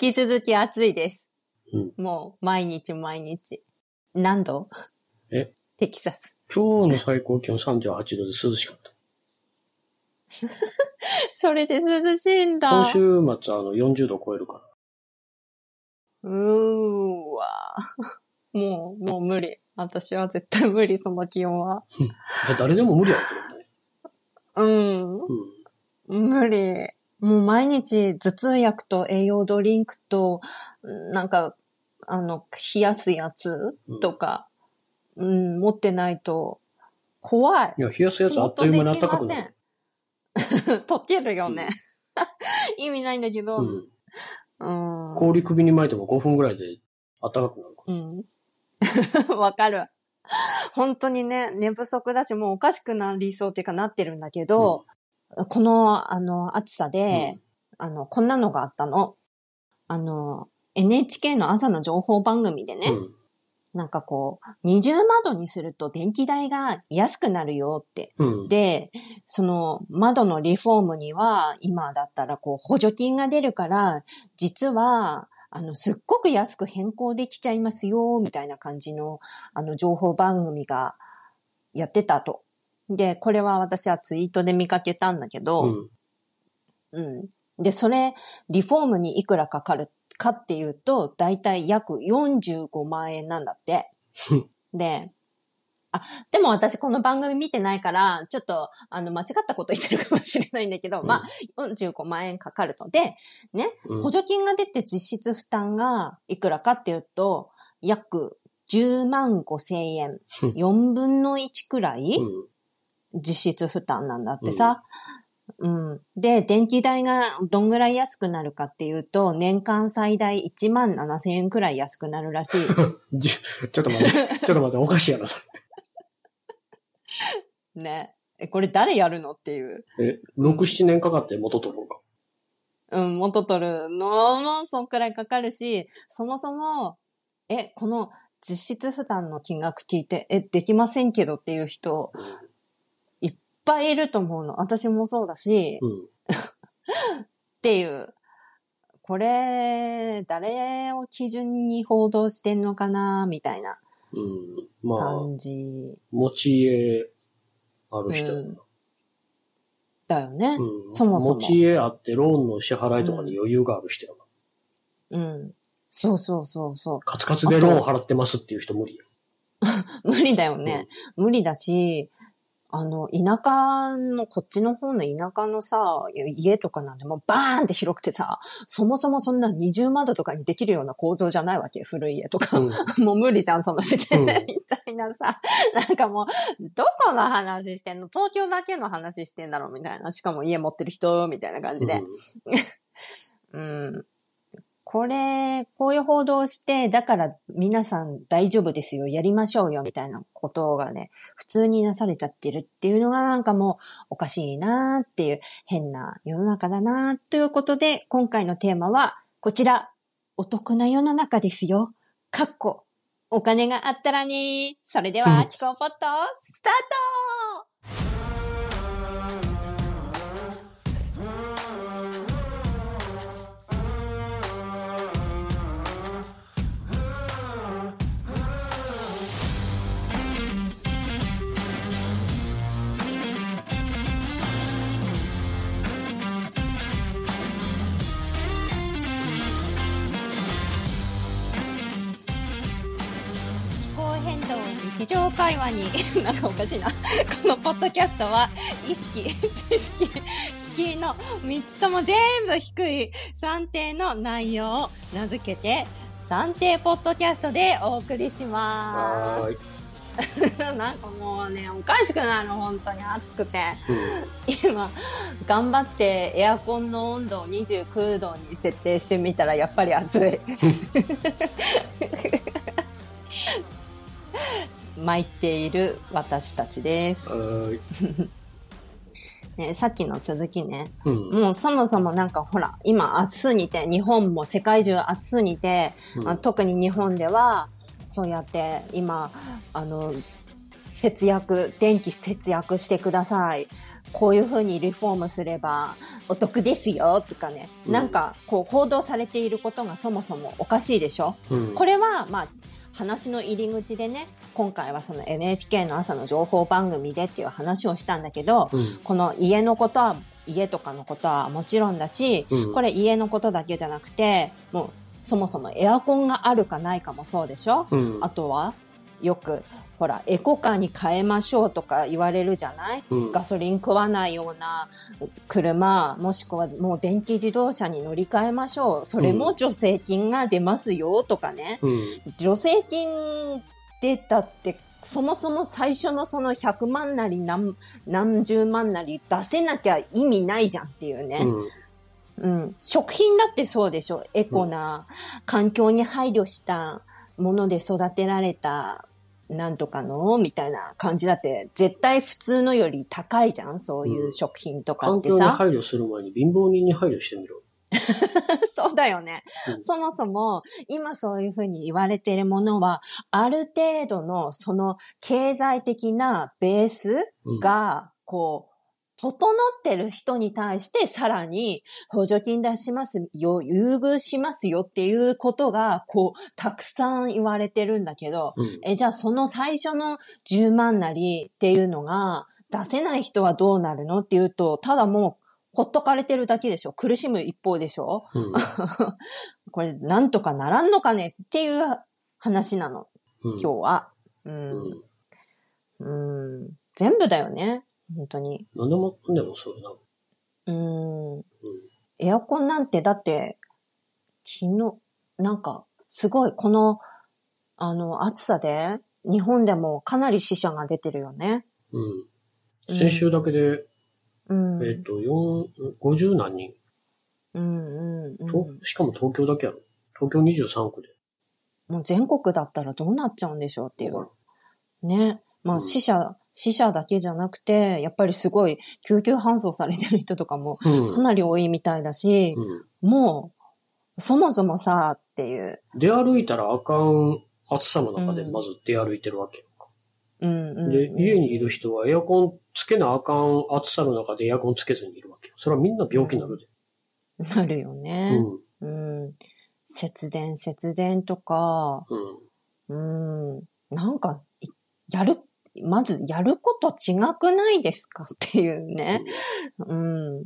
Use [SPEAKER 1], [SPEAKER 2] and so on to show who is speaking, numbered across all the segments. [SPEAKER 1] 引き続き暑いです。
[SPEAKER 2] うん
[SPEAKER 1] もう、毎日毎日。何度
[SPEAKER 2] え
[SPEAKER 1] テキサス。
[SPEAKER 2] 今日の最高気温38度で涼しかった。
[SPEAKER 1] それで涼しいんだ。
[SPEAKER 2] 今週
[SPEAKER 1] う
[SPEAKER 2] 末、あの、40度超えるから。
[SPEAKER 1] ーわ。 もう、もう無理。私は絶対無理、その気温は。
[SPEAKER 2] いや誰でも無理やろ、こ
[SPEAKER 1] うん。
[SPEAKER 2] れ
[SPEAKER 1] 無理。もう毎日頭痛薬と栄養ドリンクと、なんか、あの、冷やすやつ
[SPEAKER 2] うん
[SPEAKER 1] とか、うん、持ってないと、怖い。
[SPEAKER 2] うん。いや、冷やすやつあっという間に暖かくなる。
[SPEAKER 1] 溶けるよね。 意味ないんだけど、う
[SPEAKER 2] う
[SPEAKER 1] ん
[SPEAKER 2] ん。。
[SPEAKER 1] うん。わ、
[SPEAKER 2] 氷首に巻いても5分ぐらいで暖かくなるか
[SPEAKER 1] かる。本当にね、寝不足だし、もうおかしくなりそうっていうかなってるんだけど、この、あの、暑さ
[SPEAKER 2] ら。
[SPEAKER 1] で、あの、こんなのがあったの。あの、NHK の朝の情報番組でね、
[SPEAKER 2] うん。
[SPEAKER 1] なんかこう、二重窓にすると電気代が安くなるよって。
[SPEAKER 2] うん。うん。
[SPEAKER 1] で、その窓のリフォームには、今だったらこう補助金が出るから、実は、あの、すっごく安く変更できちゃいますよ、みたいな感じの、あの、情報番組がやってたと。で、これは私はツイートで見かけたんだけど、
[SPEAKER 2] うん。
[SPEAKER 1] うん。で、それ、リフォームにいくらかかるかっていうと、だいたい約45万円なんだって。で、あ、でも私この番組見てないから、ちょっと、あの、間違ったこと言ってるかもしれないんだけど、
[SPEAKER 2] うん
[SPEAKER 1] まあ、45万円かかると。で、
[SPEAKER 2] うん
[SPEAKER 1] 補助金が出て実質負担がいくらかっていうと、約10万5千円。
[SPEAKER 2] うん
[SPEAKER 1] 4分の1くらい、
[SPEAKER 2] うん
[SPEAKER 1] 実質負担なんだってさ。うん、で、電気代がどんぐらい安くなるかっていうと、年間最大1万7千円くらい安くなるらしい。
[SPEAKER 2] じ ちょっと待って、ちょっと待って、おかしいやろ、そ
[SPEAKER 1] ね。え、これ誰やるのっていう。
[SPEAKER 2] れ。え、6、7年かかって元取ろうか。
[SPEAKER 1] うん、元取るのも、そんくらいかかるし、そもそも、え、この実質負担の金額聞いて、え、できませんけどっていう人、いっぱいいると思うの。私もそうだし、
[SPEAKER 2] うん。
[SPEAKER 1] っていう。これ、誰を基準に報道してんのかな、みたいな
[SPEAKER 2] うん。まあ、
[SPEAKER 1] 感じ
[SPEAKER 2] 持ち家ある人やな。
[SPEAKER 1] だよね。
[SPEAKER 2] うん
[SPEAKER 1] そもそも
[SPEAKER 2] 持ち家あって、ローンの支払いとかに余裕がある人やな。
[SPEAKER 1] うん。そうそうそうそ
[SPEAKER 2] カツカツでローン払ってますっていう人無理や。
[SPEAKER 1] う。無理だよね。無理だし、あの、田舎の、こっちの方の田舎のさ、家とかなんてもうバーンって広くてさ、そもそもそんな二重窓とかにできるような構造じゃないわけ。古い家とか。
[SPEAKER 2] うん。
[SPEAKER 1] もう無理じゃん、その時点
[SPEAKER 2] うん
[SPEAKER 1] で、みたいなさ。なんかもう、どこの話してんの東京だけの話してんだろうみたいな。しかも家持ってる人、みたいな感じで。うん。これ、こういう報道して、だから皆さん大丈夫ですよ、やりましょうよ、みたいなことがね、普通になされちゃってるっていうのがなんかもうおかしいなーっていう変な世の中だなーということで、今回のテーマはこちら、お得な世の中ですよ。かっこ、お金があったらねー。それで
[SPEAKER 2] う
[SPEAKER 1] は
[SPEAKER 2] ん、
[SPEAKER 1] キコポット、スタート気候変動日常会話に なんかおかしいなこのポッドキャストは意識知識敷居の3つとも全部低い算定の内容を名付けて算定ポッドキャストでお送りしま
[SPEAKER 2] はーい。
[SPEAKER 1] すなんかもうねおかしくなるの本当に暑くて
[SPEAKER 2] うん
[SPEAKER 1] 今頑張ってエアコンの温度を29度に設定してみたらやっぱり暑い 巻いている私たちです、
[SPEAKER 2] はーい。
[SPEAKER 1] ね、さっきの続きね
[SPEAKER 2] うん。
[SPEAKER 1] もうそもそもなんかほら今暑すぎて日本も世界中暑すぎて
[SPEAKER 2] うん
[SPEAKER 1] あ特に日本ではそうやって今あの節約電気節約してくださいこういう風にリフォームすればお得ですよとかね、
[SPEAKER 2] うん
[SPEAKER 1] なんかこう報道されていることがそもそもおかしいでしょ
[SPEAKER 2] うん
[SPEAKER 1] これはまあ話の入り口でね今回はその NHK の朝の情報番組でっていう話をしたんだけど、
[SPEAKER 2] うん
[SPEAKER 1] この家のことは家とかのことはもちろんだし、
[SPEAKER 2] うん
[SPEAKER 1] これ家のことだけじゃなくてもうそもそもエアコンがあるかないかもそうでしょ、
[SPEAKER 2] うん
[SPEAKER 1] あとはよくほらエコカーに変えましょうとか言われるじゃない
[SPEAKER 2] うん
[SPEAKER 1] ガソリン食わないような車もしくはもう電気自動車に乗り換えましょうそれも助成金が出ますよとかね、
[SPEAKER 2] うん
[SPEAKER 1] 助成金出たってそもそも最初のその100万なり何何十万なり出せなきゃ意味ないじゃんっていうね、
[SPEAKER 2] うん
[SPEAKER 1] うん、食品だってそうでしょ。エコな、環境に配慮したもので育てられた、なんとかの、みたいな感じだって、絶対普通のより高いじゃんそういう食品とかっ
[SPEAKER 2] 環
[SPEAKER 1] て
[SPEAKER 2] 境に
[SPEAKER 1] さ。
[SPEAKER 2] 配慮する前に貧乏人に配慮してみろ。
[SPEAKER 1] そうだよね。
[SPEAKER 2] うん
[SPEAKER 1] そもそも、今そういうふうに言われているものは、ある程度の、その、経済的なベース
[SPEAKER 2] うん、
[SPEAKER 1] が、こう、整ってる人に対してさらに補助金出しますよ、優遇しますよっていうことが、こう、たくさん言われてるんだけど、
[SPEAKER 2] うん
[SPEAKER 1] え、じゃあその最初の10万なりっていうのが出せない人はどうなるのっていうと、ただもう、ほっとかれてるだけでしょ苦しむ一方でしょ
[SPEAKER 2] うん
[SPEAKER 1] これ、なんとかならんのかねっていう話なの、
[SPEAKER 2] う
[SPEAKER 1] 今
[SPEAKER 2] ん
[SPEAKER 1] 日は。う。
[SPEAKER 2] うんん
[SPEAKER 1] うん。全部だよね。本当に。
[SPEAKER 2] 何でもかんでもそうやな。
[SPEAKER 1] うーんエアコンなんて、だって、昨日、なんか、すごい、この、あの、暑さで、日本でもかなり死者が出てるよね。
[SPEAKER 2] うん。
[SPEAKER 1] うん
[SPEAKER 2] 先週だけで、
[SPEAKER 1] うん。
[SPEAKER 2] えっと、四50何人、
[SPEAKER 1] うんうんうん。
[SPEAKER 2] としかも東京だけやろ。東京23区で。
[SPEAKER 1] もう全国だったらどうなっちゃうんでしょうっていう
[SPEAKER 2] わ。
[SPEAKER 1] ね。まあ
[SPEAKER 2] うん
[SPEAKER 1] 死者、死者だけじゃなくて、やっぱりすごい救急搬送されてる人とかも
[SPEAKER 2] からんうん
[SPEAKER 1] かなり多いみたいだし、
[SPEAKER 2] う
[SPEAKER 1] もう、そもそもさ、っていう。
[SPEAKER 2] ん。出歩いたらあかん暑さの中でまず出歩いてるわけやんか。
[SPEAKER 1] うんうんうん、
[SPEAKER 2] で、家にいる人はエアコンつけなあかん暑さの中でエアコンつけずにいるわけよ。それはみんな病気になるで。
[SPEAKER 1] なるよ
[SPEAKER 2] う
[SPEAKER 1] ね。
[SPEAKER 2] ん。
[SPEAKER 1] うん、節電、節電とか、
[SPEAKER 2] うん。
[SPEAKER 1] うん、なんか、いやる、まずやること違くないですかっていうね。うん。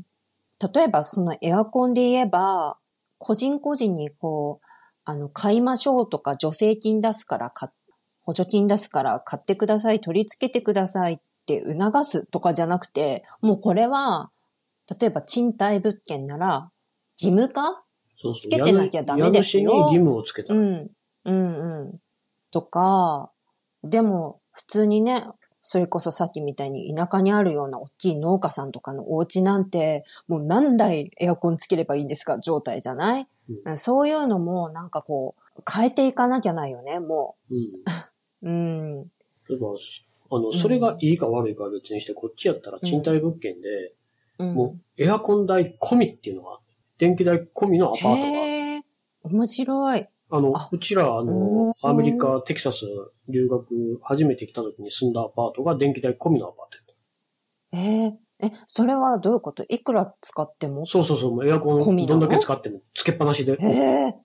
[SPEAKER 1] 例えば、そのエアコンで言えば、個人個人にこう、あの、買いましょうとか、助成金出すから買っ、補助金出すから買ってください、取り付けてくださいって促すとかじゃなくて、もうこれは、例えば賃貸物件なら、義務化
[SPEAKER 2] そうそう。
[SPEAKER 1] つけてなきゃダメですよ
[SPEAKER 2] 家主に義務をつけた
[SPEAKER 1] う。ん。うんうん。とか、でも、普通にね、それこそさっきみたいに田舎にあるような大きい農家さんとかのお家なんて、もう何台エアコンつければいいんですか状態じゃない、
[SPEAKER 2] う
[SPEAKER 1] そういうのもなんかこう、変えていかなきゃないよね、も
[SPEAKER 2] うん。
[SPEAKER 1] う。うん。
[SPEAKER 2] でも、あの、それがいいか悪いかは別にして、こっちやったら賃貸物件で、
[SPEAKER 1] うん、
[SPEAKER 2] もうエアコン代込みっていうのが、電気代込みのアパートが、
[SPEAKER 1] へえ、面白い。
[SPEAKER 2] あの
[SPEAKER 1] あ、
[SPEAKER 2] うちら、あの、
[SPEAKER 1] うん
[SPEAKER 2] アメリカ、テキサス留学、初めて来た時に住んだアパートが電気代込みのアパートやった。
[SPEAKER 1] ええ、え、それはどういうこといくら使っても
[SPEAKER 2] そうそうそう、もうエアコ
[SPEAKER 1] 込
[SPEAKER 2] ン
[SPEAKER 1] みな
[SPEAKER 2] ど
[SPEAKER 1] の
[SPEAKER 2] んだけ使ってもつけっぱなしで。
[SPEAKER 1] ええ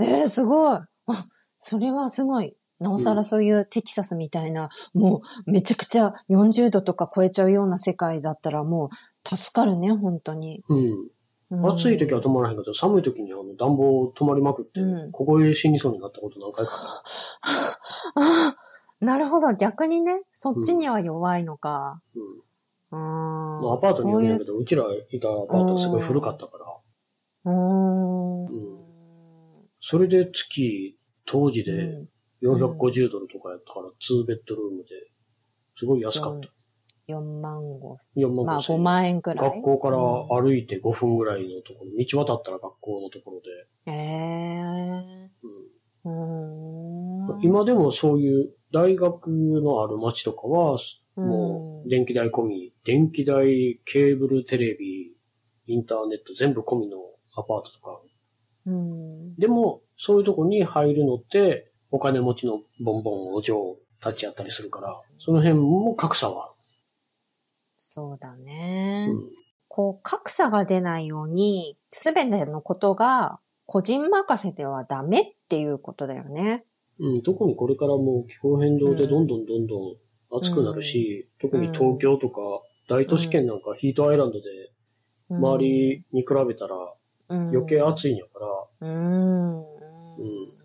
[SPEAKER 1] ええすごい。あ、それはすごい。なおさらそういうテキサスみたいな、もうめちゃくちゃ40度とか超えちゃうような世界だったらもう助かるね、本当に。
[SPEAKER 2] うん。
[SPEAKER 1] うん
[SPEAKER 2] 暑い時は止まらへんけど、寒い時にあの暖房止まりまくって
[SPEAKER 1] うん、
[SPEAKER 2] 凍え死にそうになったこと何回かあっ
[SPEAKER 1] あーなるほど。逆にね、そっちには弱いのか。
[SPEAKER 2] た。うん。
[SPEAKER 1] う
[SPEAKER 2] ま
[SPEAKER 1] ん。
[SPEAKER 2] あアパートに
[SPEAKER 1] そ
[SPEAKER 2] よ
[SPEAKER 1] う
[SPEAKER 2] るん
[SPEAKER 1] い
[SPEAKER 2] や
[SPEAKER 1] う
[SPEAKER 2] けど、うちらいたアパートはすごい古かったから、
[SPEAKER 1] うーん。
[SPEAKER 2] うんそれで月、当時で450ドルとかやったから、2ベッドルームで、すごい安かった。
[SPEAKER 1] 4万5。
[SPEAKER 2] いや、ま
[SPEAKER 1] まあ
[SPEAKER 2] あ
[SPEAKER 1] 5万円くらい。
[SPEAKER 2] 学校から歩いて5分ぐらいのところ、道渡ったら学校のところ
[SPEAKER 1] え
[SPEAKER 2] で、
[SPEAKER 1] え
[SPEAKER 2] う
[SPEAKER 1] うーん。
[SPEAKER 2] ん、今でもそういう大学のある町とかは、
[SPEAKER 1] うん
[SPEAKER 2] もう電気代込み、電気代、ケーブル、テレビ、インターネット全部込みのアパートとか。
[SPEAKER 1] うん。
[SPEAKER 2] でも、そういうとこに入るのって、お金持ちのボンボンお嬢たちやったりするから、その辺も格差はある。
[SPEAKER 1] そうだね。
[SPEAKER 2] うん
[SPEAKER 1] こう、格差が出ないように、すべてのことが個人任せではダメっていうことだよね。
[SPEAKER 2] うん、特にこれからもう気候変動でどんどんどんどん暑くなるし、特に東京とか大都市圏なんかヒートアイランドで
[SPEAKER 1] うん
[SPEAKER 2] 周、りに比べたら余計暑いんやか
[SPEAKER 1] う
[SPEAKER 2] ら、
[SPEAKER 1] ん。うん。
[SPEAKER 2] う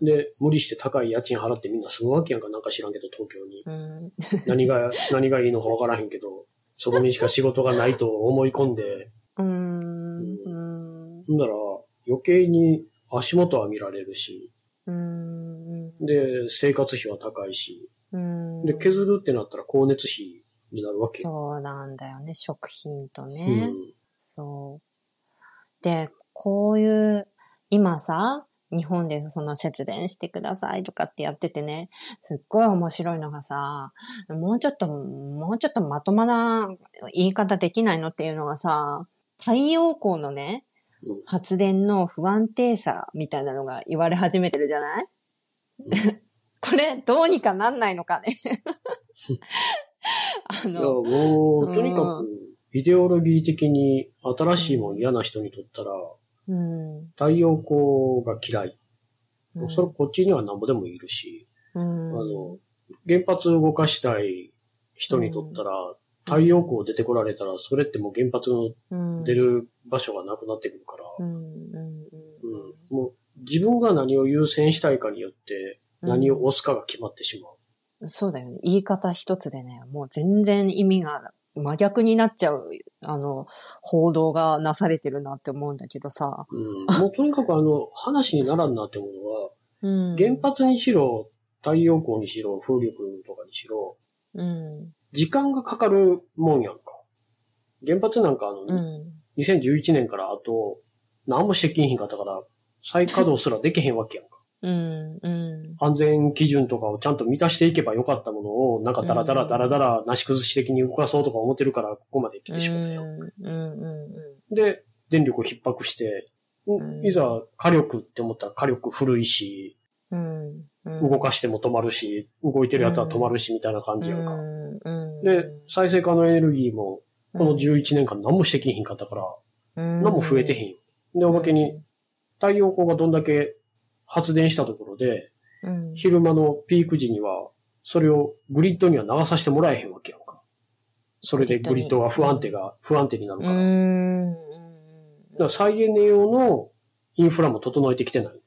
[SPEAKER 2] ん。で、無理して高い家賃払ってみんな住むわけやんか、なんか知らんけど東京に。
[SPEAKER 1] うん。
[SPEAKER 2] 何が、何がいいのかわからへんけど、そこにしか仕事がないと思い込んで、
[SPEAKER 1] うん。
[SPEAKER 2] ほんなら余計に足元は見られるし、
[SPEAKER 1] うん。
[SPEAKER 2] で、生活費は高いし、
[SPEAKER 1] うん。
[SPEAKER 2] で、削るってなったら光熱費になるわけ。
[SPEAKER 1] そうなんだよね。食品とね。
[SPEAKER 2] うん。
[SPEAKER 1] そう。で、こういう、今さ、日本でその節電してくださいとかってやっててね、すっごい面白いのがさ、もうちょっと、もうちょっとまともな言い方できないのっていうのがさ、太陽光のね
[SPEAKER 2] うん、
[SPEAKER 1] 発電の不安定さみたいなのが言われ始めてるじゃない これ、どうにかなんないのか ね。あ
[SPEAKER 2] いや、
[SPEAKER 1] の、
[SPEAKER 2] も
[SPEAKER 1] う
[SPEAKER 2] う、
[SPEAKER 1] ん
[SPEAKER 2] とにかく、イデオロギー的に新しいもん嫌な人にとったら、
[SPEAKER 1] うん。
[SPEAKER 2] 太陽光が嫌い。
[SPEAKER 1] うん
[SPEAKER 2] それこっちにはなんぼでもいるし、
[SPEAKER 1] うん
[SPEAKER 2] あの、原発動かしたい人にとったら、太陽光出てこられたら、それってもう原発の
[SPEAKER 1] うん
[SPEAKER 2] 出る場所がなくなってくるから、
[SPEAKER 1] うんうん
[SPEAKER 2] うん。もう、自分が何を優先したいかによって、
[SPEAKER 1] うん
[SPEAKER 2] 何を押すかが決まってしまう。
[SPEAKER 1] うん、そうだよね。言い方一つでね、もう全然意味が真逆になっちゃう、あの、報道がなされてるなって思うんだけどさ。
[SPEAKER 2] うん。 もうとにかくあの、話にならんなって思うのは、
[SPEAKER 1] うん、
[SPEAKER 2] 原発にしろ、太陽光にしろ、風力とかにしろ、
[SPEAKER 1] うん。
[SPEAKER 2] 時間がかかるもんやんか。原発なんかあの、
[SPEAKER 1] うん。
[SPEAKER 2] 2011年からあと、何もしてきんひんかったから、再稼働すらできへんわけやんか。
[SPEAKER 1] うん。うん。
[SPEAKER 2] 安全基準とかをちゃんと満たしていけばよかったものを、なんかダラダラダラダラなし崩し的に動かそうとか思ってるから、ここまで来てしまったやん。
[SPEAKER 1] うん。うん。
[SPEAKER 2] で、電力を逼迫して、
[SPEAKER 1] うん
[SPEAKER 2] いざ火力って思ったら火力古いし、
[SPEAKER 1] うん。うん。
[SPEAKER 2] 動
[SPEAKER 1] く
[SPEAKER 2] かしても止まるし、動いてるやつは止まるしみたいな感じやんか。
[SPEAKER 1] うん。うん。
[SPEAKER 2] で、再生可能エネルギーも、この11年間何もしてきひんかったから、
[SPEAKER 1] うん、
[SPEAKER 2] 何も増えて
[SPEAKER 1] ん。
[SPEAKER 2] へん。で、おまけに、太陽光がどんだけ発電したところで、
[SPEAKER 1] うん。
[SPEAKER 2] 昼間のピーク時には、それをグリッドには流させてもらえへんわけやんか。それでグリッドが不安定が、不安定になる
[SPEAKER 1] う
[SPEAKER 2] から。だ
[SPEAKER 1] ん。
[SPEAKER 2] から再エネ用のインフラも整えてきてない。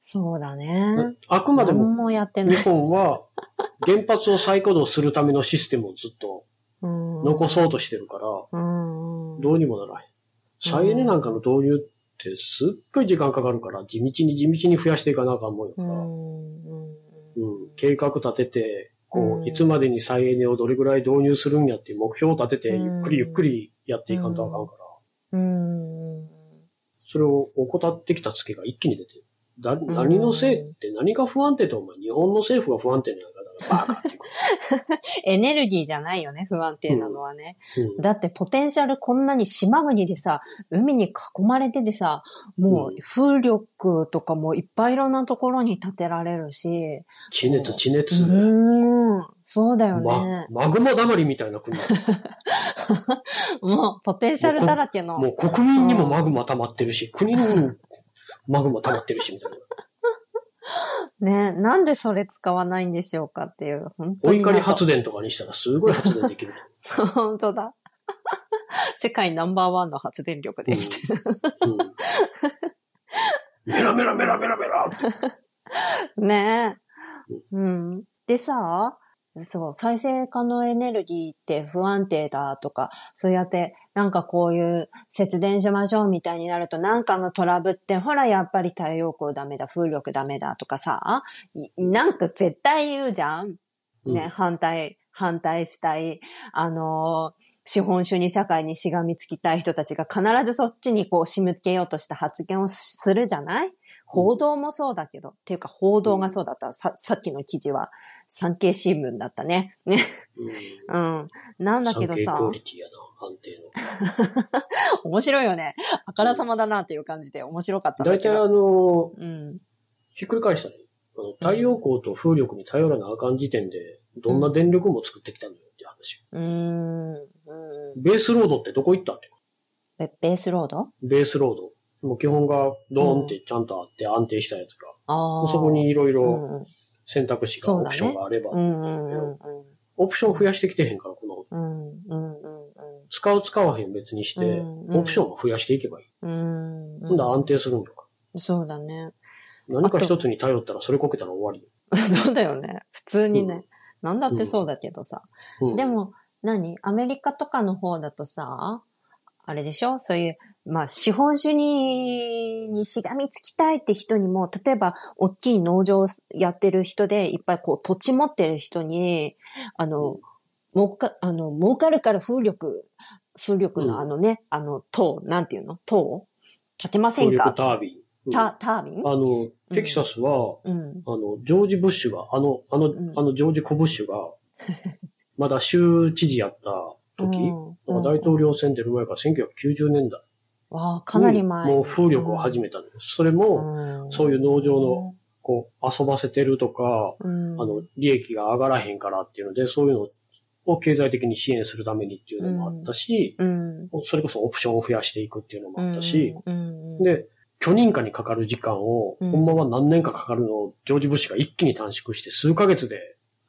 [SPEAKER 1] そうだね。
[SPEAKER 2] あくまで
[SPEAKER 1] 何
[SPEAKER 2] も
[SPEAKER 1] もやってない
[SPEAKER 2] 日。本は原発を再稼働するためのシステムをずっと
[SPEAKER 1] 残
[SPEAKER 2] 残そうとしてるから、
[SPEAKER 1] うん。うん。
[SPEAKER 2] どうにもならへん。再エネなんかの導入ってすっごい時間かかるから、地道に地道に増やしていかなあかんもんや
[SPEAKER 1] う
[SPEAKER 2] から、うん
[SPEAKER 1] んうん
[SPEAKER 2] 計画立てて、こ
[SPEAKER 1] うん
[SPEAKER 2] う、いつまでに再エネをどれぐらい導入するんやっていう目標を立て
[SPEAKER 1] う
[SPEAKER 2] て、
[SPEAKER 1] ん
[SPEAKER 2] ゆっくりゆっくりやっていかんとあかんから、
[SPEAKER 1] うんうん
[SPEAKER 2] それを怠ってきたツケが一気に出てる。だ何のせいって何が不安定とお前、日本の政府が不安定なんやから、バカっていうか。
[SPEAKER 1] エネルギーじゃないよね、不安定なのはね。
[SPEAKER 2] うん
[SPEAKER 1] だってポテンシャルこんなに島国でさ、海に囲まれててさ、もう
[SPEAKER 2] うん
[SPEAKER 1] 風力とかもいっぱいいろんなところに建てられるし、
[SPEAKER 2] 地熱、地熱。
[SPEAKER 1] うん、そうだよ
[SPEAKER 2] ま
[SPEAKER 1] ね、。
[SPEAKER 2] マグマだまりみたいな国。
[SPEAKER 1] もうポテンシャルだらけの。
[SPEAKER 2] もう国民にもマグマ溜まってるし、国にもマグマ溜まってるし、みたいな。
[SPEAKER 1] ね、なんでそれ使わないんでしょうかっていう、本当
[SPEAKER 2] お
[SPEAKER 1] に
[SPEAKER 2] 怒
[SPEAKER 1] 謎。
[SPEAKER 2] り発電とかにしたらすごい発電できる と。
[SPEAKER 1] 本当だ。世界ナンバーワンの発電力で。
[SPEAKER 2] う んうんメラメラメラメラメラって
[SPEAKER 1] ねえ。うん。でさ、そう、再生可能エネルギーって不安定だとか、そうやって、なんかこういう節電しましょうみたいになると、なんかのトラブって、ほら、やっぱり太陽光ダメだ、風力ダメだとかさ、いなんか絶対言うじゃん。
[SPEAKER 2] うん
[SPEAKER 1] ね、反対、反対したい、あのー資本主義社会にしがみつきたい人たちが必ずそっちにこう仕向けようとした発言をすするじゃない報道もそうだけど、っていうか報道がそうだった、さ、さっきの記事は、産経新聞だったね。ね、 うん。なん
[SPEAKER 2] うん
[SPEAKER 1] だけ
[SPEAKER 2] 産
[SPEAKER 1] ど
[SPEAKER 2] 経
[SPEAKER 1] さ、
[SPEAKER 2] クオリティやな、安定の。
[SPEAKER 1] 面白いよね。あからさまだなっていう感じで面白かったんだ
[SPEAKER 2] 大
[SPEAKER 1] け
[SPEAKER 2] 体あ
[SPEAKER 1] ど。
[SPEAKER 2] の、
[SPEAKER 1] うん。
[SPEAKER 2] ひっくり返したらいい、あの太陽光と風力に頼らなあかん時点で、どんな電力も作ってきたのよって話。ですよ。
[SPEAKER 1] うーん。うん
[SPEAKER 2] ベースロードってどこ行ったって
[SPEAKER 1] ベベースロード
[SPEAKER 2] ベースロード。もう基本がドーンってちゃんとあって安定したやつが、
[SPEAKER 1] ああ。
[SPEAKER 2] そこにいろいうろ
[SPEAKER 1] んうん。
[SPEAKER 2] 選択肢が、
[SPEAKER 1] そう
[SPEAKER 2] オ
[SPEAKER 1] だね
[SPEAKER 2] プションがあれば、
[SPEAKER 1] うんうんうんうん。
[SPEAKER 2] オプション増やしてきてへんから、この、
[SPEAKER 1] うんうんうんうん。
[SPEAKER 2] 使う使わへん別にして、
[SPEAKER 1] うんうん
[SPEAKER 2] オプションを増やしていけばいい。
[SPEAKER 1] うん
[SPEAKER 2] ほんだら
[SPEAKER 1] う
[SPEAKER 2] 安定するんよか。
[SPEAKER 1] ん。そうだね。
[SPEAKER 2] 何か一つに頼ったらそれこけたら終わりよ。
[SPEAKER 1] そうだよね。普通に
[SPEAKER 2] うん
[SPEAKER 1] ね。なんだってそうだけどさ。
[SPEAKER 2] うん
[SPEAKER 1] で、も、何アメリカとかの方だとさ、あれでしょそういう、まあ、資本主義にしがみつきたいって人にも、例えば、大きい農場やってる人で、いっぱいこう、土地持ってる人に、あの、
[SPEAKER 2] うん
[SPEAKER 1] 儲か、あの、儲かるから風力、風力
[SPEAKER 2] う
[SPEAKER 1] の
[SPEAKER 2] ん
[SPEAKER 1] あのね、あの、塔、なんていうの塔建てませ
[SPEAKER 2] 風
[SPEAKER 1] ん
[SPEAKER 2] 力
[SPEAKER 1] か
[SPEAKER 2] タービン。うん
[SPEAKER 1] タタービン
[SPEAKER 2] あの、テキサスは、
[SPEAKER 1] うん。
[SPEAKER 2] あの、ジョージ・ブッシュが、あの、あの、
[SPEAKER 1] ん
[SPEAKER 2] あの、ジョージ・コブッシュ が、まだ州知事やった時、
[SPEAKER 1] うん
[SPEAKER 2] 大統領選出る前から1990年代。
[SPEAKER 1] わあ、かなり前。
[SPEAKER 2] もう風力を始めたのよ。それも、
[SPEAKER 1] うん
[SPEAKER 2] そういう農場の、こう、遊ばせてるとか、
[SPEAKER 1] うん、
[SPEAKER 2] あの、利益が上がらへんからっていうので、そういうのを経済的に支援するためにっていうのもあったし、
[SPEAKER 1] うん、
[SPEAKER 2] それこそオプションを増やしていくっていうのもあったし、
[SPEAKER 1] うん、うん、
[SPEAKER 2] で、許認可にかかる時間を、
[SPEAKER 1] うん
[SPEAKER 2] ほんまは何年かかかるのを、ジョージ・ブッシュが一気に短縮して、数ヶ月で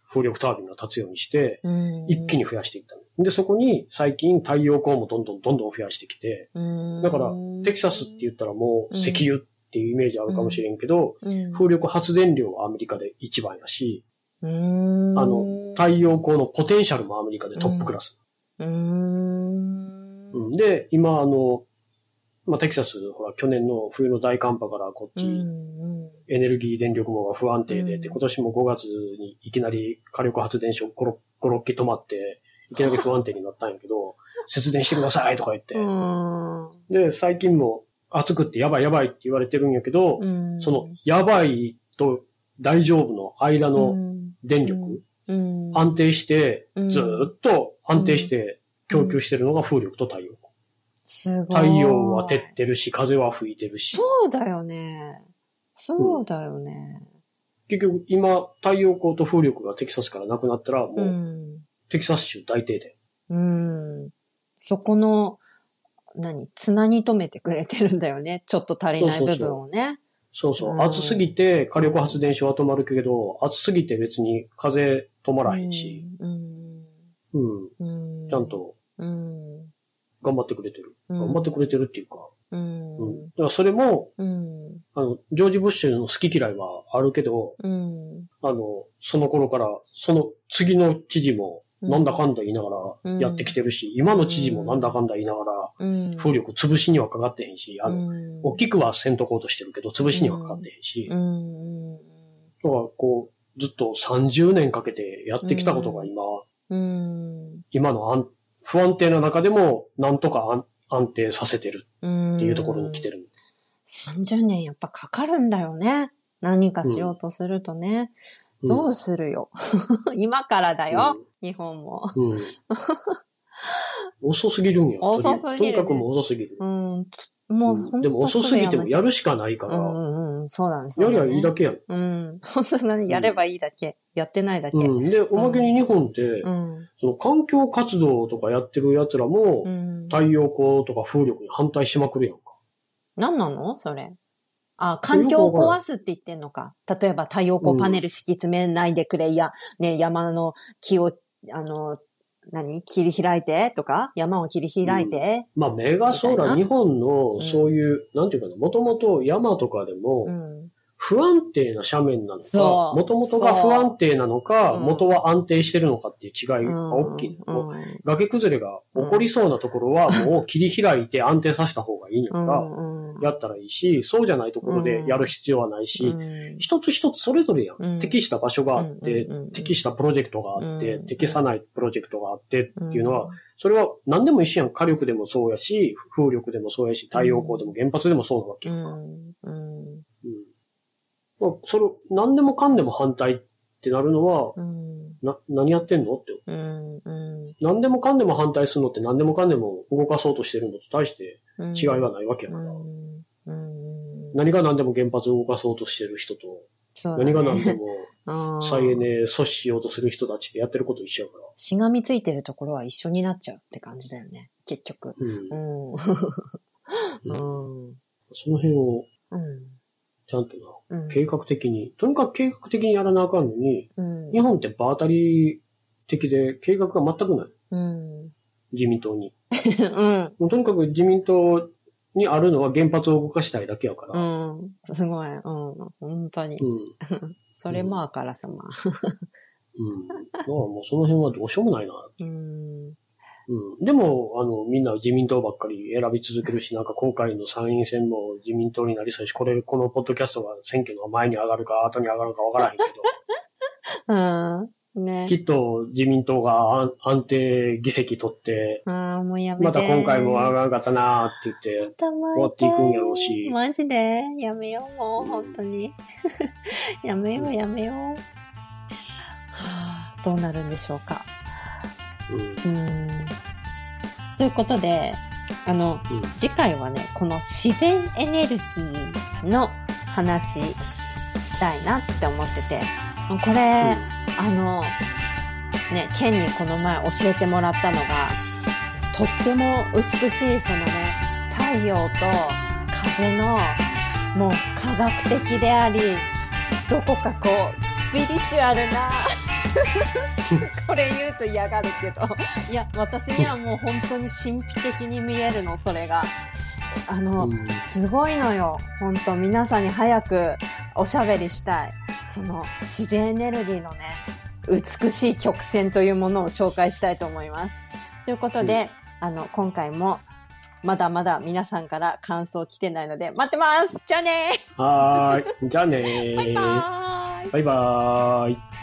[SPEAKER 2] 風力タービンが立つようにして、
[SPEAKER 1] うん、
[SPEAKER 2] 一気に増やしていったの。で、そこに最近太陽光もどんどんどんどん増やしてきて、
[SPEAKER 1] うん、
[SPEAKER 2] だから、テキサスって言ったらもう石油っていうイメージあるかもしれんけど、
[SPEAKER 1] うん、
[SPEAKER 2] 風力発電量はアメリカで一番やし、
[SPEAKER 1] うん、
[SPEAKER 2] あの、太陽光のポテンシャルもアメリカでトップクラス。
[SPEAKER 1] うん、
[SPEAKER 2] うんで、今、あの、まあ、テキサス、ほら、去年の冬の大寒波からこっ
[SPEAKER 1] う
[SPEAKER 2] ち、
[SPEAKER 1] ん、
[SPEAKER 2] エネルギー電力網が不安定で、
[SPEAKER 1] うん
[SPEAKER 2] で、今年も5月にいきなり火力発電所5、6基止まって、いきなり不安定になったんや けど、節電してくださいとか言って、
[SPEAKER 1] うん、
[SPEAKER 2] で、最近も暑くってやばいやばいって言われてるんやけど、
[SPEAKER 1] うん、
[SPEAKER 2] その、やばいと大丈夫の間の電力、
[SPEAKER 1] うん、うん、
[SPEAKER 2] 安定して、
[SPEAKER 1] うん
[SPEAKER 2] ずーっと安定して供給してるのが風力と太陽。
[SPEAKER 1] すごい
[SPEAKER 2] 太陽は照ってるし、風は吹いてるし。
[SPEAKER 1] そうだよね。そうだよね。
[SPEAKER 2] 結局、今、太陽光と風力がテキサスからなくなったら、も
[SPEAKER 1] う
[SPEAKER 2] う、
[SPEAKER 1] ん、
[SPEAKER 2] テキサス州大停電。
[SPEAKER 1] うん、そこの、何、綱に留めてくれてるんだよね。 ちょっと足りない部分をね。
[SPEAKER 2] そうそうう。
[SPEAKER 1] ん
[SPEAKER 2] 暑すぎて火力発電所は止まるけど、暑すぎて別に風止まらへんし、
[SPEAKER 1] うん、
[SPEAKER 2] うん。
[SPEAKER 1] うん、
[SPEAKER 2] ちゃんと
[SPEAKER 1] うん、
[SPEAKER 2] 頑張ってくれてる。
[SPEAKER 1] 頑
[SPEAKER 2] 頑張ってくれてるっていうか、
[SPEAKER 1] うん
[SPEAKER 2] うん。だからそれも、
[SPEAKER 1] うん。
[SPEAKER 2] あの、ジョージ・ブッシュの好き嫌いはあるけど、
[SPEAKER 1] うん。
[SPEAKER 2] あの、その頃から、その次の知事も、
[SPEAKER 1] うん
[SPEAKER 2] なんだかんだ言いながらやってきてるし、今の知事もなんだかんだ言いながら、
[SPEAKER 1] うん。
[SPEAKER 2] 風力潰しにはかかってへんし、あの、
[SPEAKER 1] の
[SPEAKER 2] 大きくはせんとこうとしてるけど、潰しにはかかってへんし、
[SPEAKER 1] う
[SPEAKER 2] だか
[SPEAKER 1] ん。
[SPEAKER 2] らこう、ずっと30年かけてやってきたことが今、
[SPEAKER 1] うん。
[SPEAKER 2] 今の安不安定な中でも、なんとか安安定させてる
[SPEAKER 1] うん。
[SPEAKER 2] っていうところに来て
[SPEAKER 1] る。
[SPEAKER 2] る。
[SPEAKER 1] 30年やっぱかかるんだよね。何かしようとするとね。どう
[SPEAKER 2] し
[SPEAKER 1] するよ。 今からだ
[SPEAKER 2] た
[SPEAKER 1] よ。日本も。
[SPEAKER 2] うん。 うん遅すぎるんや。とりあえ
[SPEAKER 1] 遅す
[SPEAKER 2] と
[SPEAKER 1] ぎるね
[SPEAKER 2] にかくもう遅すぎる。
[SPEAKER 1] うん。もうほんと
[SPEAKER 2] でも遅すぎても
[SPEAKER 1] や
[SPEAKER 2] やるしかないか
[SPEAKER 1] る
[SPEAKER 2] ら、
[SPEAKER 1] うんうん。そうなんです
[SPEAKER 2] やりゃいいだ
[SPEAKER 1] け。
[SPEAKER 2] けやん。
[SPEAKER 1] うん。本当何やればいいだけ。やってないだけ。
[SPEAKER 2] うん。で、おまけに日本って、
[SPEAKER 1] うん。
[SPEAKER 2] その環境活動とかやってる奴らも、
[SPEAKER 1] うん。
[SPEAKER 2] 太陽光とか風力に反対しまくるやんか。
[SPEAKER 1] 何なのそれ。あ、環境を壊すって言ってんのか。例えば太陽光パネル敷き詰めないでくれ、いや、ね、山の木を、あの、何切り開いてとか山を切り開いて、
[SPEAKER 2] まあ、メガソー
[SPEAKER 1] みたい
[SPEAKER 2] ラ
[SPEAKER 1] な
[SPEAKER 2] ー、日本
[SPEAKER 1] うん
[SPEAKER 2] のそういう、なんていうかな、もともと山とかで
[SPEAKER 1] う
[SPEAKER 2] も、
[SPEAKER 1] ん。
[SPEAKER 2] 不安定な斜面なのか、
[SPEAKER 1] そう
[SPEAKER 2] もともとが不安定なのか、
[SPEAKER 1] そう
[SPEAKER 2] 元は安定してるのかっていう違
[SPEAKER 1] う
[SPEAKER 2] い
[SPEAKER 1] ん
[SPEAKER 2] が大きい。
[SPEAKER 1] う。
[SPEAKER 2] もうん崖崩れが起こりそうなところは、もう切り開いて安定させた方がいいの
[SPEAKER 1] う
[SPEAKER 2] か、
[SPEAKER 1] ん。うん
[SPEAKER 2] やったらいいし、そうじゃないところでやる必要はないし、一つ一つそれぞれやん。
[SPEAKER 1] うん
[SPEAKER 2] 適した場所があって
[SPEAKER 1] うんうんうんうん、
[SPEAKER 2] 適したプロジェクトがあって
[SPEAKER 1] う、ん
[SPEAKER 2] 適さないプロジェクトがあってって
[SPEAKER 1] うん
[SPEAKER 2] いうのは、、それは何でも一緒やん。火力でもそうやし、風力でもそうやし、太陽光でも原発でもそうなわけ
[SPEAKER 1] う
[SPEAKER 2] やんか。
[SPEAKER 1] ん。うん。
[SPEAKER 2] うんまあそれ、何でもかんでも反対ってなるのは、
[SPEAKER 1] うん。
[SPEAKER 2] な、何やってんのって。
[SPEAKER 1] うん。うん。
[SPEAKER 2] 何でもかんでも反対するのって何でもかんでも動かそうとしてるのと対して
[SPEAKER 1] うん。
[SPEAKER 2] 違いはないわけや
[SPEAKER 1] う
[SPEAKER 2] から。
[SPEAKER 1] ん。うん。
[SPEAKER 2] 何が何でも原発を動かそうとしてる人と、
[SPEAKER 1] そうだね
[SPEAKER 2] 何が何でも
[SPEAKER 1] うん。
[SPEAKER 2] 再エネ阻止しようとする人たちでやってること一緒やから。
[SPEAKER 1] しがみついてるところは一緒になっちゃうって感じだよね。結局。
[SPEAKER 2] うん
[SPEAKER 1] う。ん。うん。
[SPEAKER 2] その辺を、
[SPEAKER 1] うん。
[SPEAKER 2] ちゃんと
[SPEAKER 1] う
[SPEAKER 2] な、
[SPEAKER 1] ん。
[SPEAKER 2] 計画的に、とにかく計画的にやらなあかんのに、
[SPEAKER 1] うん
[SPEAKER 2] 日本って場当たり的で計画が全くない。
[SPEAKER 1] うん。
[SPEAKER 2] 自民党に。
[SPEAKER 1] うん。
[SPEAKER 2] もうとにかく自民党にあるのは原発を動かしたいだけやから。
[SPEAKER 1] うん。すごい。うん。本当に。
[SPEAKER 2] うん。
[SPEAKER 1] それもあからさま。
[SPEAKER 2] うん。だからもうその辺はどうしようもないな。
[SPEAKER 1] うん。
[SPEAKER 2] うん。でも、あの、みんな自民党ばっかり選び続けるし、なんか今回の参院選も自民党になりそうやし、これ、このポッドキャストが選挙の前に上がるか後に上がるかわからへんけど、
[SPEAKER 1] うん。ね
[SPEAKER 2] き。っと自民党が安安定議席取って、
[SPEAKER 1] ああ、もうやめて。
[SPEAKER 2] また今回も上がらんかったなーって言って、
[SPEAKER 1] たま
[SPEAKER 2] 終わっていくんやろうし
[SPEAKER 1] マジでやめよう、もう、本当に。 やめよう、やめよう。はあ、どうなるんでしょうか。
[SPEAKER 2] うん。
[SPEAKER 1] うーん。ということで、あの、
[SPEAKER 2] うん
[SPEAKER 1] 次回はね、この自然エネルギーの話したいなって思ってて、これ、あの、ね、ケンにこの前教えてもらったのが、とっても美しいそのね、太陽と風の、もう科学的であり、どこかこう、スピリチュアルな、 これ言うと嫌がるけど、いや、私にはもう本当に神秘的に見えるの、それが。あの、
[SPEAKER 2] うん
[SPEAKER 1] すごいのよ。本当皆さんに早くおしゃべりしたい。その自然エネルギーのね、美しい曲線というものを紹介したいと思います。ということで、あの、今回もまだまだ皆さんから感想来てないので待ってますじゃあね
[SPEAKER 2] はーい。じゃあ
[SPEAKER 1] バ
[SPEAKER 2] ね
[SPEAKER 1] イ
[SPEAKER 2] ー。
[SPEAKER 1] バーイ
[SPEAKER 2] バイバーイ。